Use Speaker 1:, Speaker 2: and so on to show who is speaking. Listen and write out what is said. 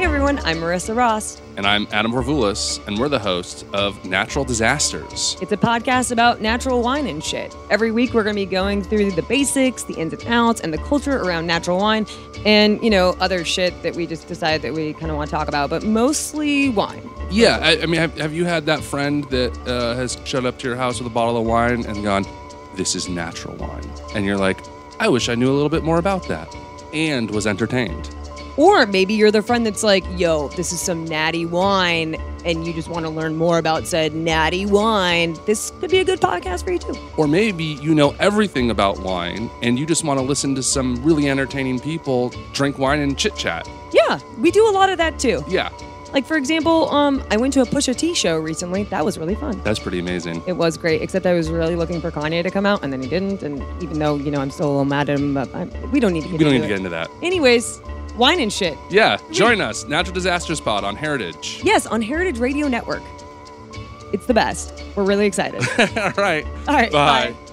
Speaker 1: everyone. I'm Marissa Ross.
Speaker 2: And I'm Adam Horvulis, and we're the hosts of Natural Disasters.
Speaker 1: It's a podcast about natural wine and shit. Every week, we're going to be going through the basics, the ins and outs, and the culture around natural wine and, you know, other shit that we just decide that we kind of want to talk about, but mostly wine.
Speaker 2: Yeah, I, I mean, have, have you had that friend that uh, has showed up to your house with a bottle of wine and gone, This is natural wine? And you're like, I wish I knew a little bit more about that, and was entertained.
Speaker 1: Or maybe you're the friend that's like, yo, this is some natty wine, and you just want to learn more about said natty wine. This could be a good podcast for you, too.
Speaker 2: Or maybe you know everything about wine and you just want to listen to some really entertaining people drink wine and chit chat.
Speaker 1: Yeah, we do a lot of that, too.
Speaker 2: Yeah,
Speaker 1: Like, for example, um, I went to a Pusha T show recently. That was really fun.
Speaker 2: that's pretty amazing.
Speaker 1: It was great, except I was really looking for Kanye to come out, and then he didn't. And even though, you know, I'm still a little mad at him, but I'm, we don't need to get
Speaker 2: We don't
Speaker 1: into
Speaker 2: need to
Speaker 1: it.
Speaker 2: get into that.
Speaker 1: Anyways, wine and shit.
Speaker 2: Yeah, join us, Natural Disasters Pod on Heritage.
Speaker 1: Yes, on Heritage Radio Network. It's the best. We're really excited.
Speaker 2: All right.
Speaker 1: All right.
Speaker 2: Bye.
Speaker 1: bye.